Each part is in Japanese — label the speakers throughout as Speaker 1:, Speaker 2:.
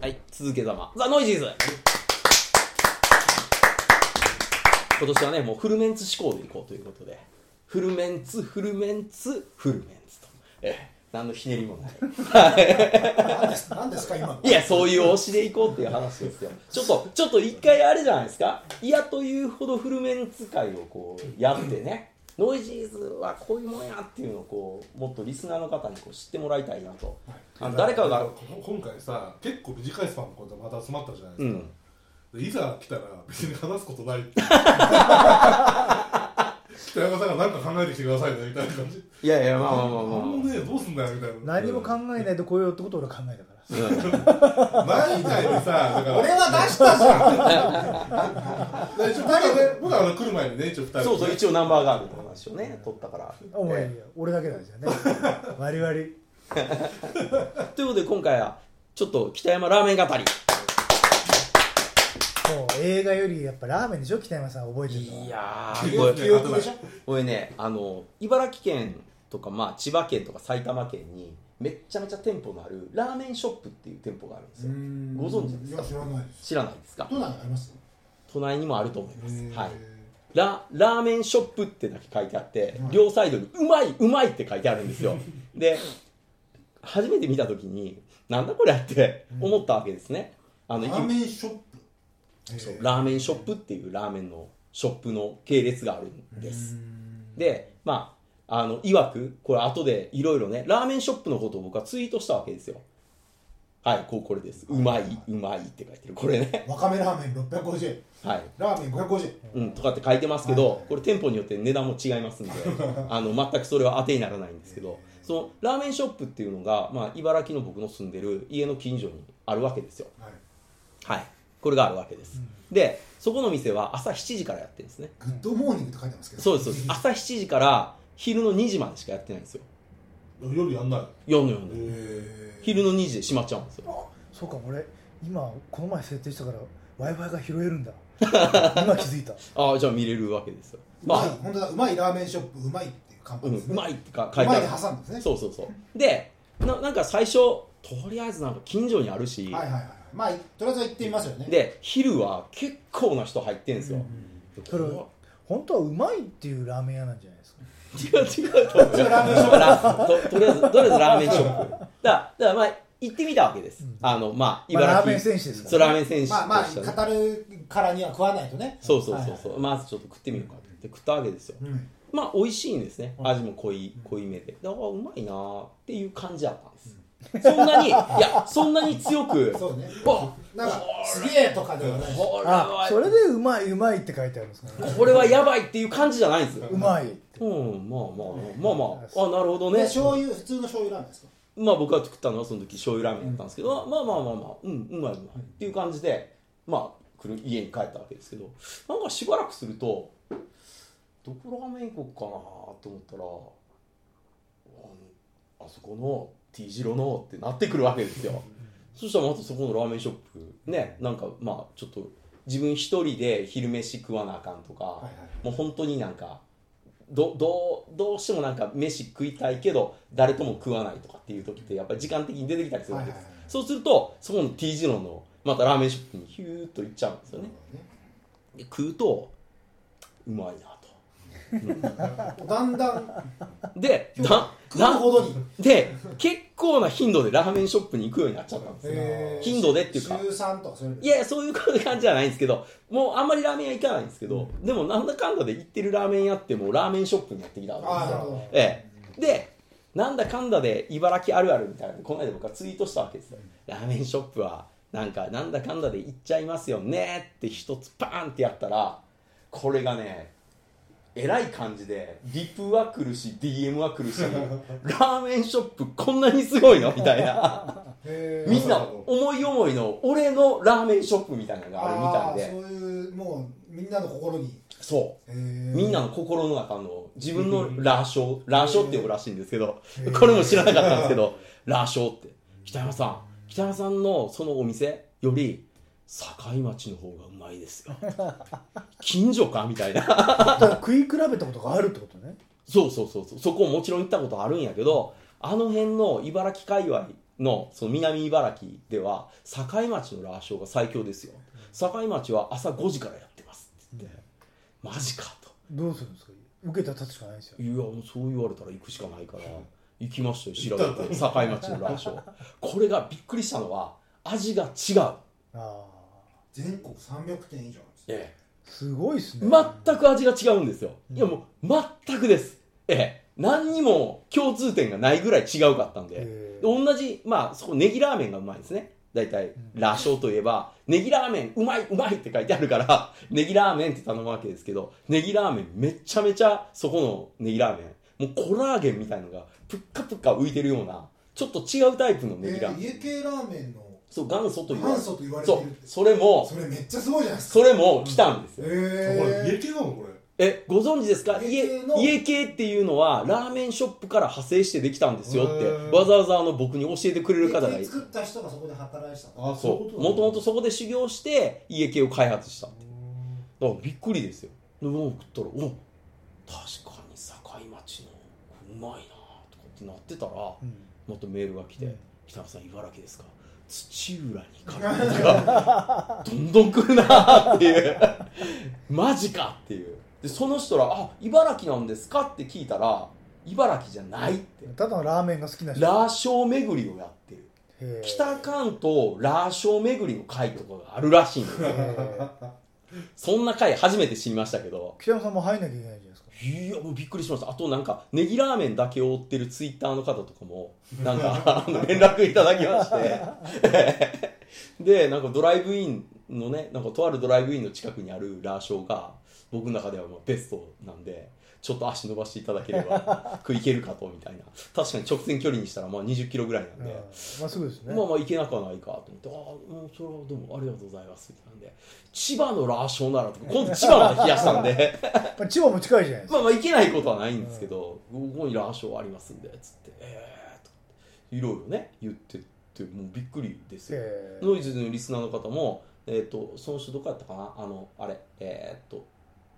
Speaker 1: はい、続けざま。ザ・ノイジーズ今年はね、もうフルメンツ志向でいこうということで、フルメンツ、フルメンツ、フルメンツと。ええ、何のひねりもない。
Speaker 2: 何です何ですか今の
Speaker 1: いや、そういう推しでいこうっていう話ですよ。ちょっと、ちょっと一回あれじゃないですか。嫌というほどフルメンツ会をこう、やってね。ノイジーズはこういうもんやっていうのをこう、もっとリスナーの方にこう知ってもらいたいなと。あの誰かが、
Speaker 3: 今回さ結構短いスパンのことまた集まったじゃないで
Speaker 1: う
Speaker 3: す
Speaker 1: ん
Speaker 3: か、。でいざ来たら別に話すことないって 北山さんが何か考えてきてくださいねみたいな感じ
Speaker 1: いやいや、まあまあまあ
Speaker 3: あ
Speaker 1: まあ。
Speaker 3: のねどうすんだよみたいな
Speaker 2: 何も考えないでこうよってことを俺は考えたから
Speaker 3: 前みたいにさだから
Speaker 2: 俺は出した
Speaker 3: で
Speaker 2: じゃん
Speaker 3: 一応僕はね僕はあの来る前にね一応2人で
Speaker 1: そうそう、一応ナンバーガールの話をね、取ったから。
Speaker 2: お前いいよ俺だけだじゃんね割り割り
Speaker 1: ということで、今回は、ちょっと北山ラーメン語り。
Speaker 2: もう映画よりやっぱラーメンでしょ北山さん覚えてるのはい
Speaker 1: や
Speaker 3: 記
Speaker 1: ー、こ
Speaker 3: 憶
Speaker 1: れ、
Speaker 3: 記憶でしょ
Speaker 1: これね、あの、茨城県とか、まあ、千葉県とか埼玉県に、めっちゃめちゃ店舗のある、ラーメンショップっていう店舗があるんですよ。ご存知ですか
Speaker 4: いや知らないです
Speaker 1: 知らないですか
Speaker 4: どんなのあります
Speaker 1: 都内にもあると思います。
Speaker 3: へー
Speaker 1: はい。ララーメンショップってだけ書いてあって、両サイドに「うまいうまい」って書いてあるんですよで初めて見た時になんだこれって思ったわけですね、あの
Speaker 4: ラ
Speaker 1: い
Speaker 4: ーメンショップ
Speaker 1: そうラーメンショップっていうラーメンのショップの系列があるんですでまああのいわくこれ後でいろいろねラーメンショップのことを僕はツイートしたわけですよはいこうこれですうまいうまいって書いてるこれね
Speaker 4: わかめラーメン650円
Speaker 1: はい
Speaker 4: ラーメン550円
Speaker 1: うん、とかって書いてますけど、
Speaker 4: はいはい
Speaker 1: これ店舗によって値段も違い ますんであの全くそれは当てにならないんですけどそのラーメンショップっていうのが、まあ、茨城の僕の住んでる家の近所にあるわけですよ
Speaker 4: はい
Speaker 1: はいこれがあるわけです、でそこの店は朝7時からやってるんですね
Speaker 4: グッドモーニングって書いてますけど
Speaker 1: そうですそう です朝7時から昼の2時までしかやってないんですよ
Speaker 3: 夜やんない
Speaker 1: 夜の夜の
Speaker 3: へー
Speaker 1: 昼の2時で閉まっちゃうんですよ
Speaker 2: そうか俺今この前設定したから w i f i が拾えるん だ今気づいた
Speaker 1: ああじゃあ見れるわけですよ
Speaker 4: うまい
Speaker 1: あ
Speaker 4: 本当だうまいラーメンショップうまいっていう看板
Speaker 1: うん、
Speaker 4: です
Speaker 1: う
Speaker 4: ね
Speaker 1: まいってか書
Speaker 4: う
Speaker 1: いて
Speaker 4: ま
Speaker 1: あ
Speaker 4: いで
Speaker 1: る
Speaker 4: 挟むんですね
Speaker 1: そうそうそうでななんか最初とりあえずなんか近所にあるし、
Speaker 4: はいはいはいまあとりあえずは行ってみますよね
Speaker 1: で昼は結構な人入ってんですよ、
Speaker 2: それは本当はうまいっていうラーメン屋なんじゃないですか
Speaker 1: 違う違うと思うラととりあえずとりあえずラーメンショップだだからまあ行ってみたわけです、
Speaker 2: うん
Speaker 1: あのまあ
Speaker 2: まあ
Speaker 1: 茨城、
Speaker 2: ラーメン選手ですから
Speaker 1: そうラーメン選手
Speaker 4: まあま
Speaker 1: としてね
Speaker 4: あ語るからには食わないとね
Speaker 1: そうそうそう
Speaker 4: はい
Speaker 1: そう、まずちょっと食ってみようかって言って食ったわけですよ、
Speaker 4: うん
Speaker 1: まあ美味しいんですね
Speaker 2: うん
Speaker 1: 味も濃い濃いめでだからうまいなーっていう感じだったんです、そんなにいやそんなに強く
Speaker 4: そうね
Speaker 1: わ
Speaker 4: なんかすげえとかではない
Speaker 1: これ
Speaker 2: あそ
Speaker 1: は
Speaker 2: れでうまいうまいって書いてあるんですかね
Speaker 1: これはやばいっていう感じじゃないんですよ
Speaker 2: うまい
Speaker 1: うん、まあまあまあまあ、あ、なるほど
Speaker 4: で
Speaker 1: ね。
Speaker 4: 醤油普通の醤油ラーメンですか
Speaker 1: まあ僕が作ったのはその時醤油ラーメンだったんですけど、まあまあまあまあ、うん、うまいうまいっていう感じで、まあ、来る家に帰ったわけですけど、なんかしばらくすると、どこラーメン行こうかなと思ったら、ああそこの T 字路のってなってくるわけですよ。そしたらまたそこのラーメンショップ、ね、なんかまあちょっと自分一人で昼飯食わなあかんとか、
Speaker 4: はいはい
Speaker 1: もう本当になんかどどうどうしてもなんか飯食いたいけど誰とも食わないとかっていう時ってやっぱり時間的に出てきたりするわけです、
Speaker 4: はいはいはい
Speaker 1: そうするとそこの T 字路のまたラーメンショップにヒューッと行っちゃうんですよねで食うとうまいな
Speaker 4: だんだん
Speaker 1: とでだ
Speaker 4: 食うほどに
Speaker 1: で結構な頻度でラーメンショップに行くようになっちゃったんですよ
Speaker 4: えー
Speaker 1: 頻度でっていうか
Speaker 4: 週三とかそれ
Speaker 1: いやそういう感じじゃないんですけどもうあんまりラーメン屋行かないんですけど、でもなんだかんだで行ってるラーメン屋ってもうラーメンショップになってきたわけです
Speaker 4: あ
Speaker 1: よ
Speaker 4: あなるほど
Speaker 1: ええ、でなんだかんだで茨城あるあるみたいなのこの間僕はツイートしたわけですよ、ラーメンショップはなんかなんだかんだで行っちゃいますよねって一つバーンってやったらこれがねえらい感じでリプは来るし DM は来る しラーメンショップこんなにすごいのみたい な
Speaker 4: へー
Speaker 1: みんな思い思いの俺のラーメンショップみたいなのがあるみたい
Speaker 4: あー
Speaker 1: で
Speaker 4: そういうもうみんなの心に
Speaker 1: そう
Speaker 4: へー
Speaker 1: みんなの心の中の自分のラーショー、ラーショーって呼ぶらしいんですけど
Speaker 4: へ、ー
Speaker 1: これも知らなかったんですけど、ラーショーって。北山さん、北山さんのそのお店より、境町の方がうまいですよ。近所かみたいな。
Speaker 2: だから食い比べたことがあるってことね
Speaker 1: そうそうそうそう。そこもちろん行ったことあるんやけど、あの辺の茨城界隈のその南茨城では境町のラーショーが最強ですよ境町は朝5時からやってますって言ってマジかと
Speaker 2: どうするんですか受けた立つしかないんですよ
Speaker 1: いやもうそう言われたら行くしかないから行きましたよ調べて境町のラーショーこれがびっくりしたのは味が違う
Speaker 2: あ
Speaker 4: 全国300店以上なんですよ
Speaker 1: ええ
Speaker 2: ーすごいですね
Speaker 1: 全く味が違うんですよいやもう全くですええ何にも共通点がないぐらい違うかったんで、
Speaker 2: え
Speaker 1: で
Speaker 2: ー
Speaker 1: 同じまあそこネギラーメンがうまいんですね大体ラーショーといえばネギラーメンうまいうまいって書いてあるから ネギラーメンって頼むわけですけどネギラーメンめちゃめちゃそこのネギラーメンもうコラーゲンみたいのがぷっかぷっか浮いてるようなちょっと違うタイプのネギラーメン、
Speaker 4: えー家系ラーメンの
Speaker 1: そう元祖と言われ
Speaker 4: 元
Speaker 1: る
Speaker 4: 祖と言われてい
Speaker 1: そ
Speaker 4: る
Speaker 1: うそれも
Speaker 4: それめっちゃすごいじゃないですか
Speaker 1: それも来たんですよ、
Speaker 3: これ
Speaker 4: え
Speaker 3: 家系なのこれ
Speaker 1: えご存知ですか
Speaker 4: 家
Speaker 1: 家
Speaker 4: 系の
Speaker 1: 家系っていうのはラーメンショップから派生してできたんですよっ
Speaker 3: へ
Speaker 1: て
Speaker 3: ー
Speaker 1: わざわざあの僕に教えてくれる方がいて
Speaker 4: 家系作った人がそこで働いてたの
Speaker 3: あ
Speaker 1: そうもともとそこで修行して家系を開発したってだからびっくりですよでもう食ったら「お確かに堺町のうまいな」とかってなってたらま
Speaker 2: うん
Speaker 1: たメールが来て
Speaker 2: うん
Speaker 1: 「北野さん茨城ですか土浦に行かれて がどんどん来るな」っていうマジかっていうでその人ら「あ茨城なんですか?」って聞いたら「茨城じゃない」って
Speaker 2: ただのラーメンが好きな人
Speaker 1: ラーショー巡りをやってる
Speaker 2: へー
Speaker 1: 北関東ラーショー巡りの会とかがあるらしいんですよ
Speaker 2: へー
Speaker 1: そんな会初めて知りましたけど
Speaker 2: 北山さんも入んなきゃいけないじゃないですか
Speaker 1: いやもうびっくりしましたあとなんかネギラーメンだけを追ってるツイッターの方とかもなんか あの連絡いただきまして でなんかドライブインのねなんかとあるドライブインの近くにあるラーショーが僕の中ではまあベストなんでちょっと足伸ばしていただければ これいけるかとみたいな確かに直線距離にしたらまあ2 0キロぐらいなん
Speaker 2: うん
Speaker 1: で、
Speaker 2: まあすぐですね
Speaker 1: まあまあ行けなくはないかと思って、ああ、もうそれはどうもありがとうございますって言ったんで、千葉のラーションならとか、今度千葉まで来やしたんで、
Speaker 2: まあ千葉も近いじゃないです
Speaker 1: ま
Speaker 2: か
Speaker 1: あまあ行けないことはないんですけど、ここにラーションありますんで、つって、えーとかって、いろいろね、言ってって、もうびっくりですよ。
Speaker 2: へー
Speaker 1: ノイズのリスナーの方も、えっ、と、その人どこやったかなあの、あれ、えっ、と、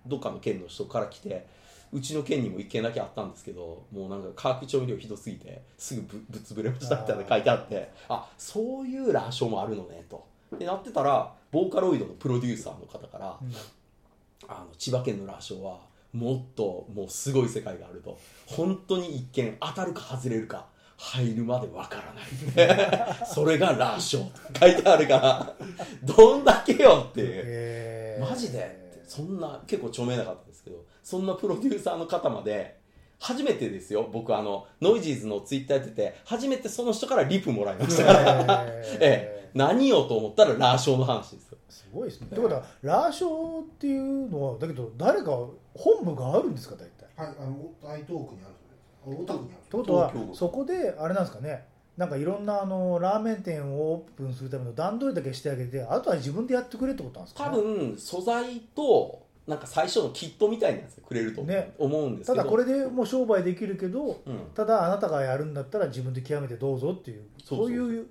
Speaker 1: どっかの県の人から来て、うちの県にも行けなきゃあったんですけど、もうなんか化学調味料ひどすぎて、すぐぶぶつぶれましたみたいなの書いてあって、あそういうラーションもあるのね、と。で、なってたら、ボーカロイドのプロデューサーの方から、
Speaker 2: うん
Speaker 1: あの千葉県の羅生はもっともうすごい世界があると本当に一見当たるか外れるか入るまでわからない それが羅生と書いてあるからどんだけよっていう
Speaker 2: へー
Speaker 1: マジでってそんな結構著名なかったですけどそんなプロデューサーの方まで初めてですよ僕あのノイジーズのツイッターやってて初めてその人からリプもらいましたから
Speaker 2: へー
Speaker 1: ええ何よと思ったら羅生の話ですよ
Speaker 2: すごいですね。ってことは、ラーショーっていうのは、だけど、誰か本部があるんですか、大体。っ
Speaker 4: はいあの大東区にあるそれあ大田区にある
Speaker 2: てことは
Speaker 1: 東京、が
Speaker 2: そこで、あれなんですかね、なんかいろんなあのラーメン店をオープンするための段取りだけしてあげて、あとは自分でやってくれってことなんですか、
Speaker 1: 多
Speaker 2: ね、
Speaker 1: 分素材となんか最初のキットみたいなやつくれると思う,、
Speaker 2: ね
Speaker 1: んです
Speaker 2: た
Speaker 1: けど
Speaker 2: だこれでもう商売できるけど、
Speaker 1: うん、
Speaker 2: ただあなたがやるんだったら自分で極めてどうぞっていう、
Speaker 1: そ
Speaker 2: そうう
Speaker 1: そうそう
Speaker 2: いう、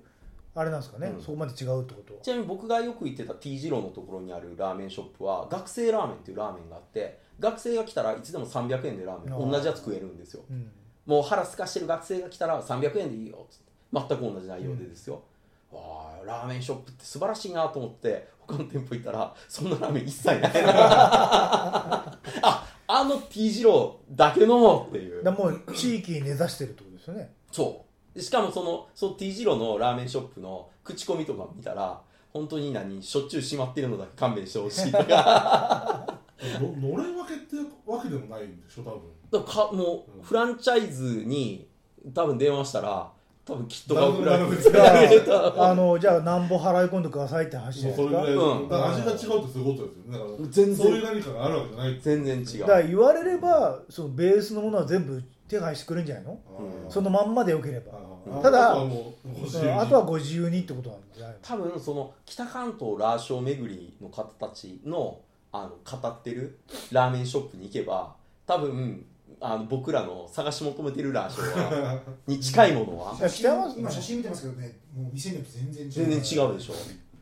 Speaker 2: あれなんですかね、
Speaker 1: うん
Speaker 2: そこまで違うってことは。
Speaker 1: ちなみに僕がよく行ってた T 字路のところにあるラーメンショップは学生ラーメンっていうラーメンがあって学生が来たらいつでも300円でラーメ
Speaker 2: あー
Speaker 1: ン同じやつ食えるんですよ
Speaker 2: うん、
Speaker 1: もう腹すかしてる学生が来たら300円でいいよっつって全く同じ内容でですよ、わあラーメンショップって素晴らしいなと思って他の店舗行ったらそんなラーメン一切な いなああの T 字路だけのっていう
Speaker 2: だからもう地域に根ざしてるってことですよね。
Speaker 1: そうでしかもそのその T 字路のラーメンショップの口コミとか見たら本当に何しょっちゅう閉まってるのだけ勘弁してほしいとかだか
Speaker 3: ののれん分けってわけでもないんでしょ多分
Speaker 1: らかもうフランチャイズに多分電話したら多分キットが送られ
Speaker 3: なるほ
Speaker 1: て
Speaker 3: ど
Speaker 1: くれる
Speaker 2: あのじゃあ、なんぼ払い込んでくださいって話じゃ
Speaker 3: もう
Speaker 2: な
Speaker 3: そ
Speaker 2: いで
Speaker 3: れ
Speaker 2: す
Speaker 3: ぐ
Speaker 2: か。
Speaker 3: らい、
Speaker 1: うん
Speaker 3: だから味が違うってそういうことですよねだから
Speaker 1: 全然
Speaker 3: そういう何かがあるわけじゃない
Speaker 1: 全然違
Speaker 2: だから
Speaker 1: う
Speaker 2: 言われればそのベースのものは全部手配してくれるんじゃないの
Speaker 1: うん
Speaker 2: そのまんまでよければ
Speaker 3: ああ
Speaker 2: ただ
Speaker 3: あとはもう欲しい
Speaker 2: うんあとはご自由にってことなんじゃない
Speaker 1: 多分その北関東ラーショー巡りの方たちのあの語ってるラーメンショップに行けば多分あの僕らの探し求めてるラーショーはに近いものは
Speaker 2: や北山さん
Speaker 4: 今写真見てますけどねもう店によって全然違う
Speaker 1: 全然違うでしょ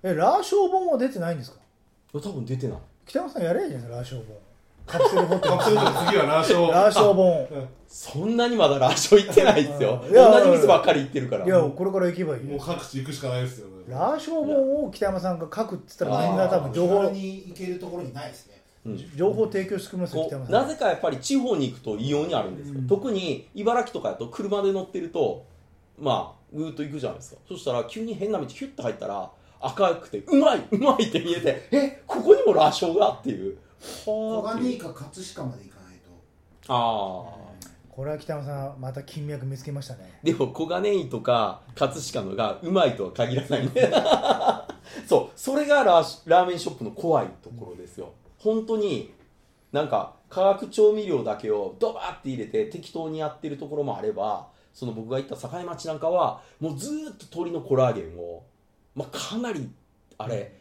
Speaker 2: えラーショー本は出てないんですか
Speaker 1: 多分出てない
Speaker 2: 北山さんやれやじゃないですかラーショー本カプセルホテ
Speaker 3: カ
Speaker 2: ル
Speaker 3: プセルと次はラーシ ョー。
Speaker 2: ラーショー本
Speaker 1: そんなにまだラーショー行ってないですよ
Speaker 2: いや
Speaker 1: 同じ店ばっかり行ってるから
Speaker 2: いやこれから行けばいい
Speaker 3: もう
Speaker 2: よ
Speaker 3: 各地行くしかないですよね。
Speaker 2: ラーショー本を北山さんが書くっつったら
Speaker 1: あー
Speaker 2: みんな多分情
Speaker 4: 気軽
Speaker 2: 報
Speaker 4: に行けるところにないですね
Speaker 2: 情報提供してくれますよ
Speaker 1: こ
Speaker 2: 北山
Speaker 1: う
Speaker 2: さん
Speaker 1: なぜかやっぱり地方に行くと異様にあるんですよ、特に茨城とかだと車で乗ってるとまあぐーっと行くじゃないですかそしたら急に変な道ヒュッと入ったら赤くてうまいうまいって見えてえここにもラーショーがっていう
Speaker 4: 小
Speaker 1: はあって
Speaker 4: 金
Speaker 1: い
Speaker 4: 井
Speaker 1: う
Speaker 4: か葛飾まで行かないと
Speaker 1: ああ
Speaker 2: これは北山さんまた金脈見つけましたね
Speaker 1: でも小金井とか葛飾のがうまいとは限らないね そうそれがラーラーメンショップの怖いところですよ本当になんか化学調味料だけをドバーって入れて適当にやってるところもあればその僕が行った境町なんかはもうずーっと鶏のコラーゲンを、まあ、かなりあれ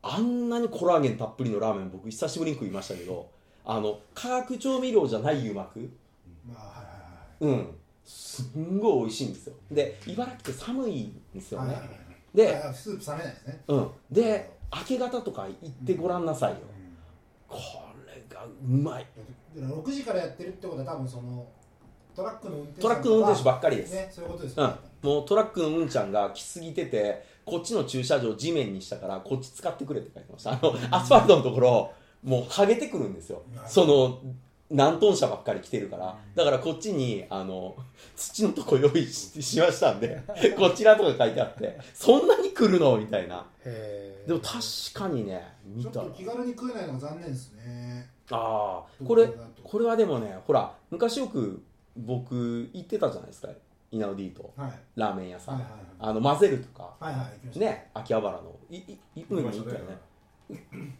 Speaker 1: あんなにコラーゲンたっぷりのラーメン僕久しぶりに食いましたけどあの化学調味料じゃない油膜
Speaker 4: まあは
Speaker 1: うん、すんごい美味しいんですよで茨城って寒いんですよ
Speaker 4: いはいはい
Speaker 1: ね、
Speaker 4: はいはいはい
Speaker 1: で、
Speaker 4: はいスープ冷めないですね
Speaker 1: うん、で明け方とか行ってごらんなさいよ、これがうまい
Speaker 4: だから6時からやってるってことは多分そのトラックの運転手
Speaker 1: トラックの運転手ばっかりです、
Speaker 4: ねそういうことです
Speaker 1: う
Speaker 4: よ
Speaker 1: ん
Speaker 4: ね、
Speaker 1: もうトラックのうんちゃんが来すぎててこっちの駐車場地面にしたからこっち使ってくれって書いてましたあのアスファルトのところもうはげてくるんですよその何トン車ばっかり来てるからだからこっちにあの土のとこ用意ししましたん でこちらとか書いてあってそんなに来るのみたいな
Speaker 2: へー
Speaker 1: でも確かにね見
Speaker 4: ちょった
Speaker 1: ら
Speaker 4: と気軽に食えないのが残念ですね
Speaker 1: ああこれ
Speaker 4: 東京だと
Speaker 1: これはでもねほら昔よく僕行ってたじゃないですかイナウディと
Speaker 4: はい
Speaker 1: ラーメン屋さん、
Speaker 4: はいはい
Speaker 1: あの混ぜるとか
Speaker 4: はいはい行きました
Speaker 1: ね秋葉原のいいい海に行ったよね
Speaker 2: わかんない
Speaker 1: あ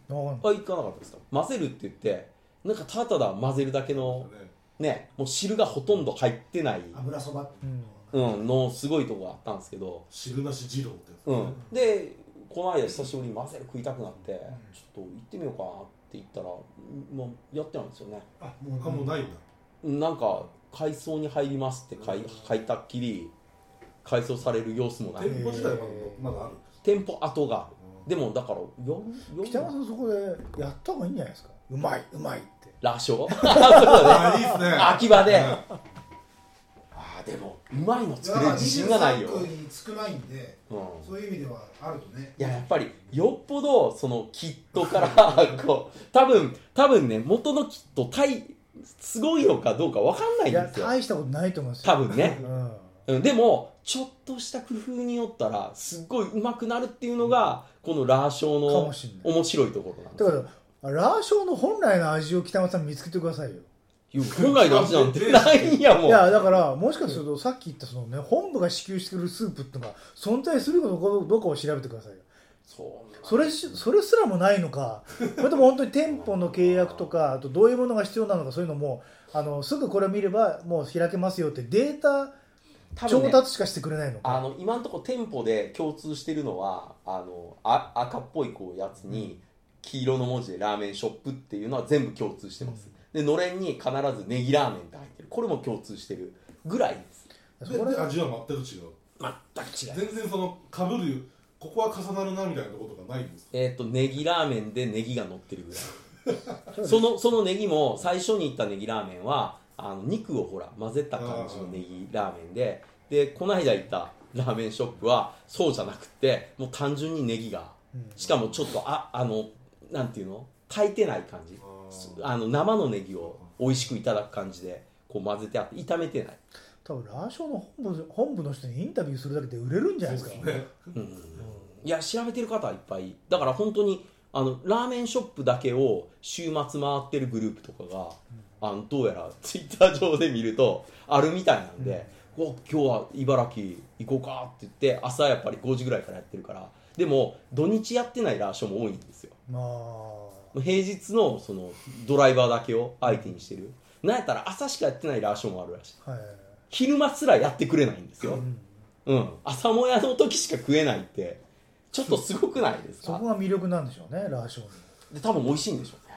Speaker 1: 行かなかったですか混ぜるって言ってなんかただただ混ぜるだけの
Speaker 3: ね
Speaker 1: ねもう汁がほとんど入ってない、
Speaker 4: 油そばっていうのは
Speaker 1: うん、のすごいとこがあったんですけど、
Speaker 3: 汁なし二郎ってやつ
Speaker 1: う
Speaker 3: ね
Speaker 1: ん、でこの間久しぶりに混ぜる食いたくなって、ちょっと行ってみようかなって言ったらもうやってないんですよね
Speaker 4: あ
Speaker 3: 他もうないんだ。
Speaker 1: なんか改装に入りますって書い書いたっきり改装される様子もない
Speaker 3: 店舗自体はまだまだあるんです。
Speaker 1: 店舗跡がでもだからやるやる
Speaker 2: 北山さんそこでやった方がいいんじゃないですかうまいうまいって
Speaker 1: ラーショー
Speaker 3: ああ、いいっすね。
Speaker 1: 秋葉で、
Speaker 3: うん
Speaker 1: ああでもうまいの
Speaker 4: だか
Speaker 1: 作れる
Speaker 4: ら
Speaker 1: 自信がないよ、
Speaker 4: 23
Speaker 1: う
Speaker 4: 区
Speaker 1: ん、い
Speaker 4: に少ないんでそういう意味ではあるとね
Speaker 1: ややっぱりよっぽどそのキットからこう多分多分ね元のキット大すごいのかどうかわかんない
Speaker 2: い
Speaker 1: ん
Speaker 2: や
Speaker 1: ですよ
Speaker 2: 大したことないと思いますよ
Speaker 1: 多分ね
Speaker 2: うん
Speaker 1: うんでもちょっとした工夫によったらすっごいうまくなるっていうのがこのラーショー
Speaker 2: か
Speaker 1: の
Speaker 2: もしんない
Speaker 1: 面白いところなんです
Speaker 2: だ
Speaker 1: よ
Speaker 2: からラーショーの本来の味を北山さん見つけてくださいよ
Speaker 1: いや本来の味なんてないんやもん
Speaker 2: いやだからもしかするとさっき言ったそのね本部が支給してくるスープってのが存在するかどうかどうかを調べてくださいよ
Speaker 1: そうなん
Speaker 2: それしそれすらもないの かそれとも本当に店舗の契約とかあとどういうものが必要なのかそういうのもあのすぐこれを見ればもう開けますよってデータ
Speaker 1: 多分ね
Speaker 2: 調達しかしてくれないの
Speaker 1: あ
Speaker 2: か、
Speaker 1: の今のところ店舗で共通してるのはあのあ赤っぽいこうやつに黄色の文字でラーメンショップっていうのは全部共通してます、でのれんに必ずネギラーメンって入ってるこれも共通してるぐらいです
Speaker 2: そこ
Speaker 3: でで
Speaker 2: ら
Speaker 3: 味は全く違う。
Speaker 1: 全く
Speaker 3: 全然そのかぶるここは重なるなみたいなところとかないんですか
Speaker 1: えっ、とネギラーメンでネギが乗ってるぐらいそのそのネギも最初に言ったネギラーメンはあの肉をほら混ぜた感じのネギラーメンででこの間行ったラーメンショップはそうじゃなくてもう単純にネギがしかもちょっとああのなんていうの炊いてない感じ
Speaker 3: あ
Speaker 1: あの生のネギを美味しくいただく感じでこう混ぜてあって炒めてない、
Speaker 2: 多分ラーショーの本部本部の人にインタビューするだけで売れるんじゃないですか
Speaker 1: いや調べてる方はいっぱいだから本当にあのラーメンショップだけを週末回ってるグループとかが、あのどうやらツイッター上で見るとあるみたいなんで、お今日は茨城行こうかって言って朝やっぱり5時ぐらいからやってるからでも土日やってないラーションも多いんですよ
Speaker 2: まあ
Speaker 1: 平日のそのドライバーだけを相手にしてるなんやったら朝しかやってないラーションもあるらしい
Speaker 2: はい
Speaker 1: 昼間すらやってくれないんですよ、うん、朝もやの時しか食えないってちょっとすごくないです
Speaker 2: そ
Speaker 1: か
Speaker 2: こが魅力なんでしょうねラーショーの
Speaker 1: で多分美味しいんでしょうね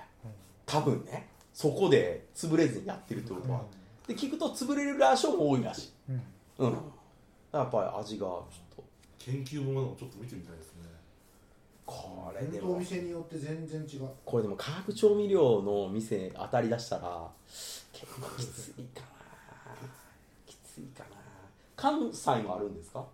Speaker 1: 多分ねそこで潰れずにやってるってことは、で聞くと潰れるラーションも多いらしい
Speaker 2: うん
Speaker 1: うんやっぱり味がちょっと
Speaker 3: 研究もなんかちょっと見てみたいですね
Speaker 1: これ
Speaker 4: 本
Speaker 1: で
Speaker 4: 当お
Speaker 1: も
Speaker 4: 店によって全然違う
Speaker 1: これでも化学調味料の店当たり出したら結構きついかなきついかな関西もあるんですか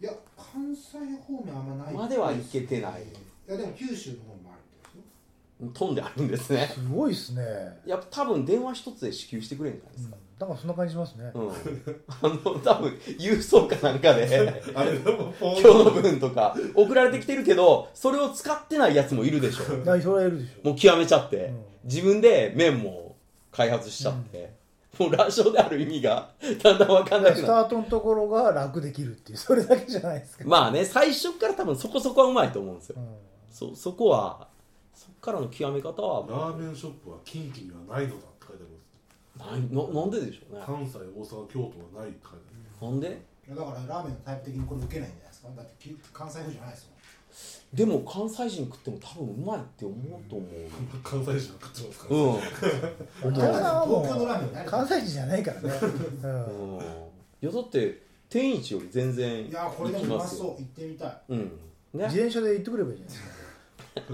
Speaker 4: いや関西方面あんまない
Speaker 1: までは行けてない
Speaker 4: いやでも九州の方もあるってことですよ
Speaker 1: 飛んであるんですね
Speaker 2: すごいですね、
Speaker 1: やっぱ多分電話一つで支給してくれるんじゃないで
Speaker 2: う
Speaker 1: す
Speaker 2: ん
Speaker 1: か、
Speaker 2: だからそんな感じしますね、
Speaker 1: うん、あの多分郵送かなんかで
Speaker 3: あれでもポ
Speaker 1: 今日
Speaker 3: ン
Speaker 1: の分とか送られてきてるけどそれを使ってないやつもいるでしょ
Speaker 2: 代表はいるでしょ
Speaker 1: もう極めちゃって、
Speaker 2: うん
Speaker 1: 自分で麺も開発しちゃって、もう羅生である意味が だんだん分かんなく
Speaker 2: ス
Speaker 1: なって
Speaker 2: タートのところが楽できるっていうそれだけじゃないですか、
Speaker 1: まあね最初から多分そこそこはうまいと思うんですよ、
Speaker 2: うん
Speaker 1: そそこはそっからの極め方は
Speaker 3: ラーメンショップは近畿にはないのだって書いてあります
Speaker 1: ないななんででしょうね
Speaker 3: 関西、大阪、京都はないって書いてありま
Speaker 1: なんで
Speaker 4: いやだからラーメンのタイプ的にこれ受けないんじゃないですかだってき関西風じゃないですもん
Speaker 1: でも関西人食っても多分うまいって思うと思
Speaker 3: す関西人が食ってます から、
Speaker 1: ううん
Speaker 2: お
Speaker 4: 東
Speaker 2: 客さんはもう
Speaker 4: 京のラーメンはない
Speaker 2: 関西人じゃないからね、うん
Speaker 1: うんいやだって天一より全然
Speaker 4: いやこれで
Speaker 1: 行き
Speaker 4: もうま
Speaker 1: よ
Speaker 4: そう行ってみたい
Speaker 1: うん
Speaker 2: 自
Speaker 1: ね
Speaker 2: 転車で行ってくればいいじゃな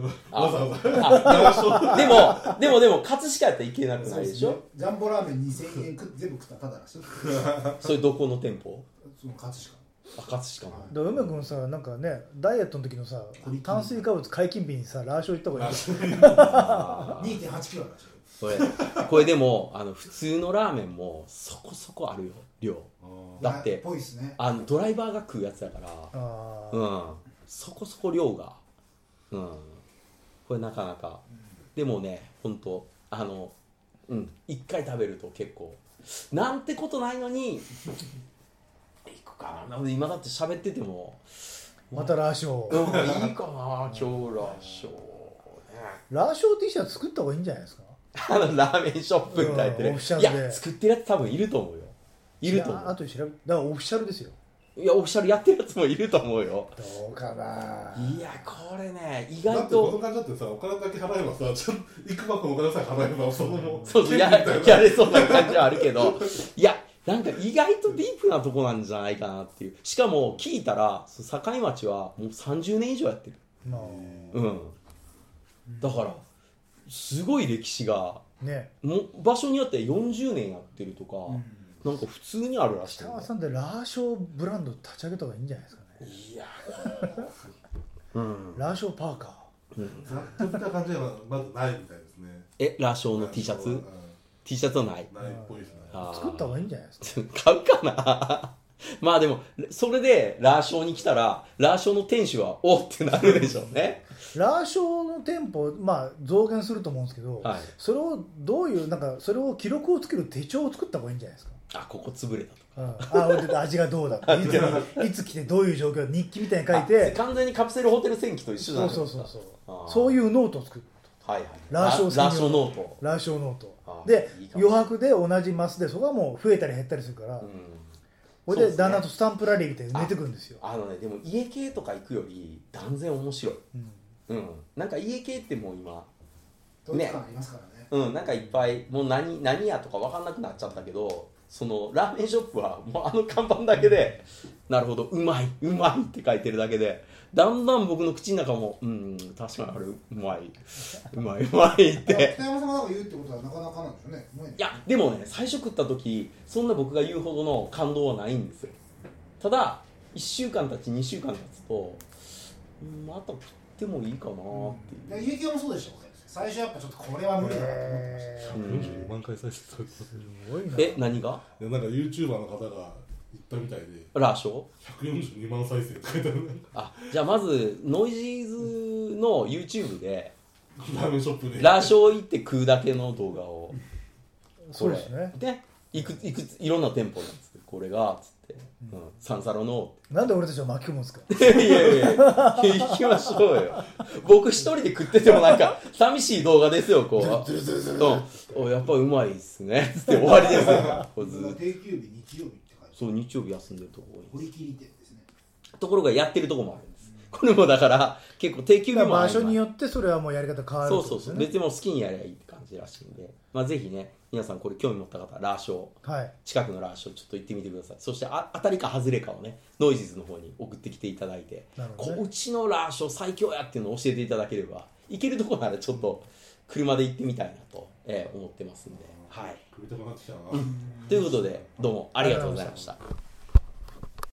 Speaker 2: いですか
Speaker 3: わざわざ
Speaker 1: あでもでもでも葛飾やったらいけなくないでしょ
Speaker 4: ジャンボラーメン2000円く全部食ったらただらしい
Speaker 1: それどこの店舗
Speaker 4: その勝つしか
Speaker 1: あ葛飾
Speaker 4: は
Speaker 1: の
Speaker 4: い
Speaker 2: だから梅君さなんかねダイエットの時のさ炭水化物解禁日にさラーショー行った方がいいよ
Speaker 1: あー
Speaker 4: 2 8キロらしい
Speaker 1: これこれでもあの普通のラーメンもそこそこあるよ量
Speaker 3: あ
Speaker 1: だって
Speaker 4: っぽいですね
Speaker 1: あのドライバーが食うやつだから
Speaker 2: あー
Speaker 1: うん、そこそこ量が、うん、これなかなか、でもね、本当、あの、うん、一回食べると結構、なんてことないの に、いくかな、今だって喋ってても、
Speaker 2: またラーショ
Speaker 1: うん、い
Speaker 2: ー
Speaker 1: いかな、今日らしょうね。
Speaker 2: ラーショー T シャツ作った方がいいんじゃないですか
Speaker 1: あのラーメンショップみたいな
Speaker 2: うんオ
Speaker 1: や
Speaker 2: フィ
Speaker 1: つ
Speaker 2: シャ
Speaker 1: ね、
Speaker 2: ル
Speaker 1: い
Speaker 2: で
Speaker 1: や、作ってるやつ多分いると思うよ。いると思
Speaker 2: やあ
Speaker 1: う。
Speaker 2: とで調べだからオフィシャルですよ
Speaker 1: いや、オフィシャルやってるやつもいると思うよ。
Speaker 2: どうかない
Speaker 1: や、これね、意
Speaker 3: だ
Speaker 1: 外
Speaker 3: ってこ
Speaker 1: と
Speaker 3: の。感じだってさ、お金だけ払えばさ、ちょっと行くばくお金さえ払えば、そのも
Speaker 1: そうそうや やれそうな感じはあるけどいやなんか意外とディープなとこなんじゃないかなっていうしかも聞いたらその境町はもう30年以上やってる
Speaker 2: ま
Speaker 1: うんだからすごい歴史が
Speaker 2: あね
Speaker 1: もう場所によっては40年やってるとか、なんか普通にあるらしい
Speaker 2: 北
Speaker 1: ね
Speaker 2: 川さんでラーショーブランド立ち上げた方がいいんじゃないですかね
Speaker 1: いやうん
Speaker 2: ラーショーパーカー
Speaker 3: ざっと見た感じはまだないみたいですね。
Speaker 1: えラーショーの T シャ
Speaker 3: うん
Speaker 1: ツ T シャツはない
Speaker 3: ないっぽいですね。
Speaker 1: あー
Speaker 2: 作った方がいいんじゃないですか
Speaker 1: 買うかな まあでもそれでラーショーに来たらラーショーの店主はおってなるでしょうね
Speaker 2: ラーショーの店舗まあ増減すると思うんですけど、
Speaker 1: はい
Speaker 2: それをどういうなんかそれを記録をつける手帳を作った方がいいんじゃないですか
Speaker 1: あここ潰れたと
Speaker 2: うんあ俺で味がどう だっていついつ来てどういう状況日記みたいに書い
Speaker 1: あ
Speaker 2: て
Speaker 1: 完全にカプセルホテル戦記と一緒じゃな
Speaker 2: そう
Speaker 1: いです
Speaker 2: そ
Speaker 1: か
Speaker 2: うそう
Speaker 1: あ
Speaker 2: そ
Speaker 1: ー
Speaker 2: うそういうノートを作る
Speaker 1: はいはい
Speaker 2: ラーショー専用
Speaker 1: ラーショーノート
Speaker 2: ラーショーノー
Speaker 1: あ
Speaker 2: ト
Speaker 1: ー
Speaker 2: で
Speaker 1: いいかも
Speaker 2: 余白で同じマスでそこはもう増えたり減ったりするから、
Speaker 1: うんそ
Speaker 2: こ
Speaker 1: う
Speaker 2: れ
Speaker 1: で
Speaker 2: です
Speaker 1: ね
Speaker 2: 旦那とスタンプラリーみたいに埋めてくるんですよ、
Speaker 1: あのねでも家系とか行くより断然面白いう
Speaker 2: うん
Speaker 1: んなんか家系ってもう今
Speaker 4: 統一感ありますから ね
Speaker 1: うんなんかいっぱいもう何何やとか分かんなくなっちゃったけどそのラーメンショップはもうあの看板だけでなるほどうまいうまいって書いてるだけでだんだん僕の口の中もうん確かにあれうまいうまいうまいっ
Speaker 4: いや
Speaker 1: て
Speaker 4: 北山さんがなんか言うってことはなかなかなんでしょうねもうね
Speaker 1: いやでもね最初食った時そんな僕が言うほどの感動はないんですよただ1週間経ち2週間経つとうんまた食ってもいいかなっていう、
Speaker 4: 家系もそうでした俺最初やっぱちょっとこれは無理だなと思ってました
Speaker 3: 45万回再生されてます
Speaker 2: すごいな
Speaker 1: え何が
Speaker 3: いやなんか YouTuber の方が言ったみたいで
Speaker 1: ラーショー
Speaker 3: 142万再生って書いてある
Speaker 1: あじゃあまずノイジーズの YouTube で
Speaker 3: ラーメンショップで
Speaker 1: ラーショー行って食うだけの動画を
Speaker 2: そうですね
Speaker 1: でいくいくついろんな店舗なんですけどこれがつって、うん、サンサロの
Speaker 2: なんで俺たちを巻き込むんですか
Speaker 1: いやいやいや行きましょうよ僕一人で食っててもなんか寂しい動画ですよこううんおやっぱうまいっすねつって終わりですよこうずっと
Speaker 4: 定休日日曜日って書いて
Speaker 1: そう日曜日休んでるとこ多い
Speaker 4: ある堀切り店ですね
Speaker 1: ところがやってるとこもあるんですこれもだから結構定休日もあ
Speaker 2: 場
Speaker 1: る
Speaker 2: 所によってそれはもうやり方変わる
Speaker 1: そうそうそう
Speaker 2: ってことですよね
Speaker 1: 別にもう好きにやればいいって感じらしいんでまあぜひね皆さんこれ興味持った方はラーショー
Speaker 2: はい
Speaker 1: 近くのラーショーちょっと行ってみてくださいそしてあ当たりか外れかをねノイジーズの方に送ってきていただいて、
Speaker 2: なるほ
Speaker 1: こ
Speaker 2: どね
Speaker 1: ううちのラーショー最強やっていうのを教えていただければ行けるとこならちょっと車で行ってみたいなと、えー思ってますんで、はい、
Speaker 3: 首痛くなってきたな。
Speaker 1: ということでどうもありがとうございました。